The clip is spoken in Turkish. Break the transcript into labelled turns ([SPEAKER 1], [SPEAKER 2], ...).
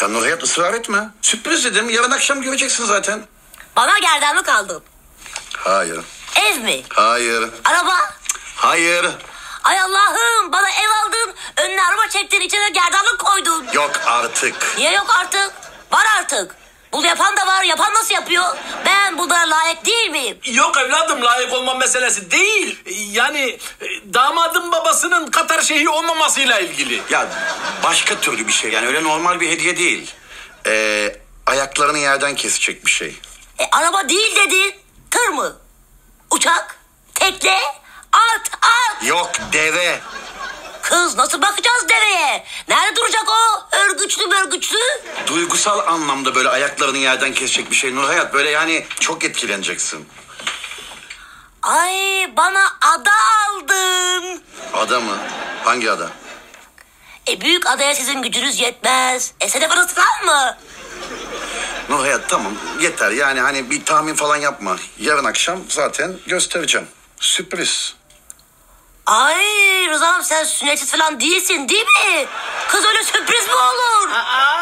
[SPEAKER 1] Ya Nurhayat ısrar etme. Sürpriz dedim. Yarın akşam göreceksin zaten.
[SPEAKER 2] Bana gerdanlık aldın.
[SPEAKER 1] Hayır.
[SPEAKER 2] Ev mi?
[SPEAKER 1] Hayır.
[SPEAKER 2] Araba?
[SPEAKER 1] Hayır.
[SPEAKER 2] Ay Allah'ım bana ev aldın. Önüne araba çektin içine gerdanlık koydun.
[SPEAKER 1] Yok artık.
[SPEAKER 2] Niye yok artık? Var artık. Bunu yapan da var. Yapan nasıl yapıyor? Ben buna layık değil miyim?
[SPEAKER 3] Yok evladım layık olma meselesi değil. Yani e, damadın babasının Katar şeyhi olmamasıyla ilgili.
[SPEAKER 1] Ya başka türlü bir şey. Yani öyle normal bir hediye değil. Ee, ayaklarını yerden kesecek bir şey.
[SPEAKER 2] E, araba değil dedin. Tır mı? Uçak? Tekne? At at.
[SPEAKER 1] Yok deve.
[SPEAKER 2] Kız nasıl bakacağız deveye? Nerede duracak o? Örgüçlü mörgüçlü.
[SPEAKER 1] Duygusal anlamda böyle ayaklarını yerden kesecek bir şey Nurhayat. Böyle yani çok etkileneceksin.
[SPEAKER 2] Ay bana ada aldın.
[SPEAKER 1] Ada mı? Hangi ada?
[SPEAKER 2] E büyük adaya sizin gücünüz yetmez. E sedef adası var mı?
[SPEAKER 1] Nurhayat tamam yeter yani hani bir tahmin falan yapma. Yarın akşam zaten göstereceğim. Sürpriz.
[SPEAKER 2] Ay Rıza'm sen sünnetsiz falan değilsin değil mi? Kız öyle sürpriz mi olur?
[SPEAKER 3] Aa,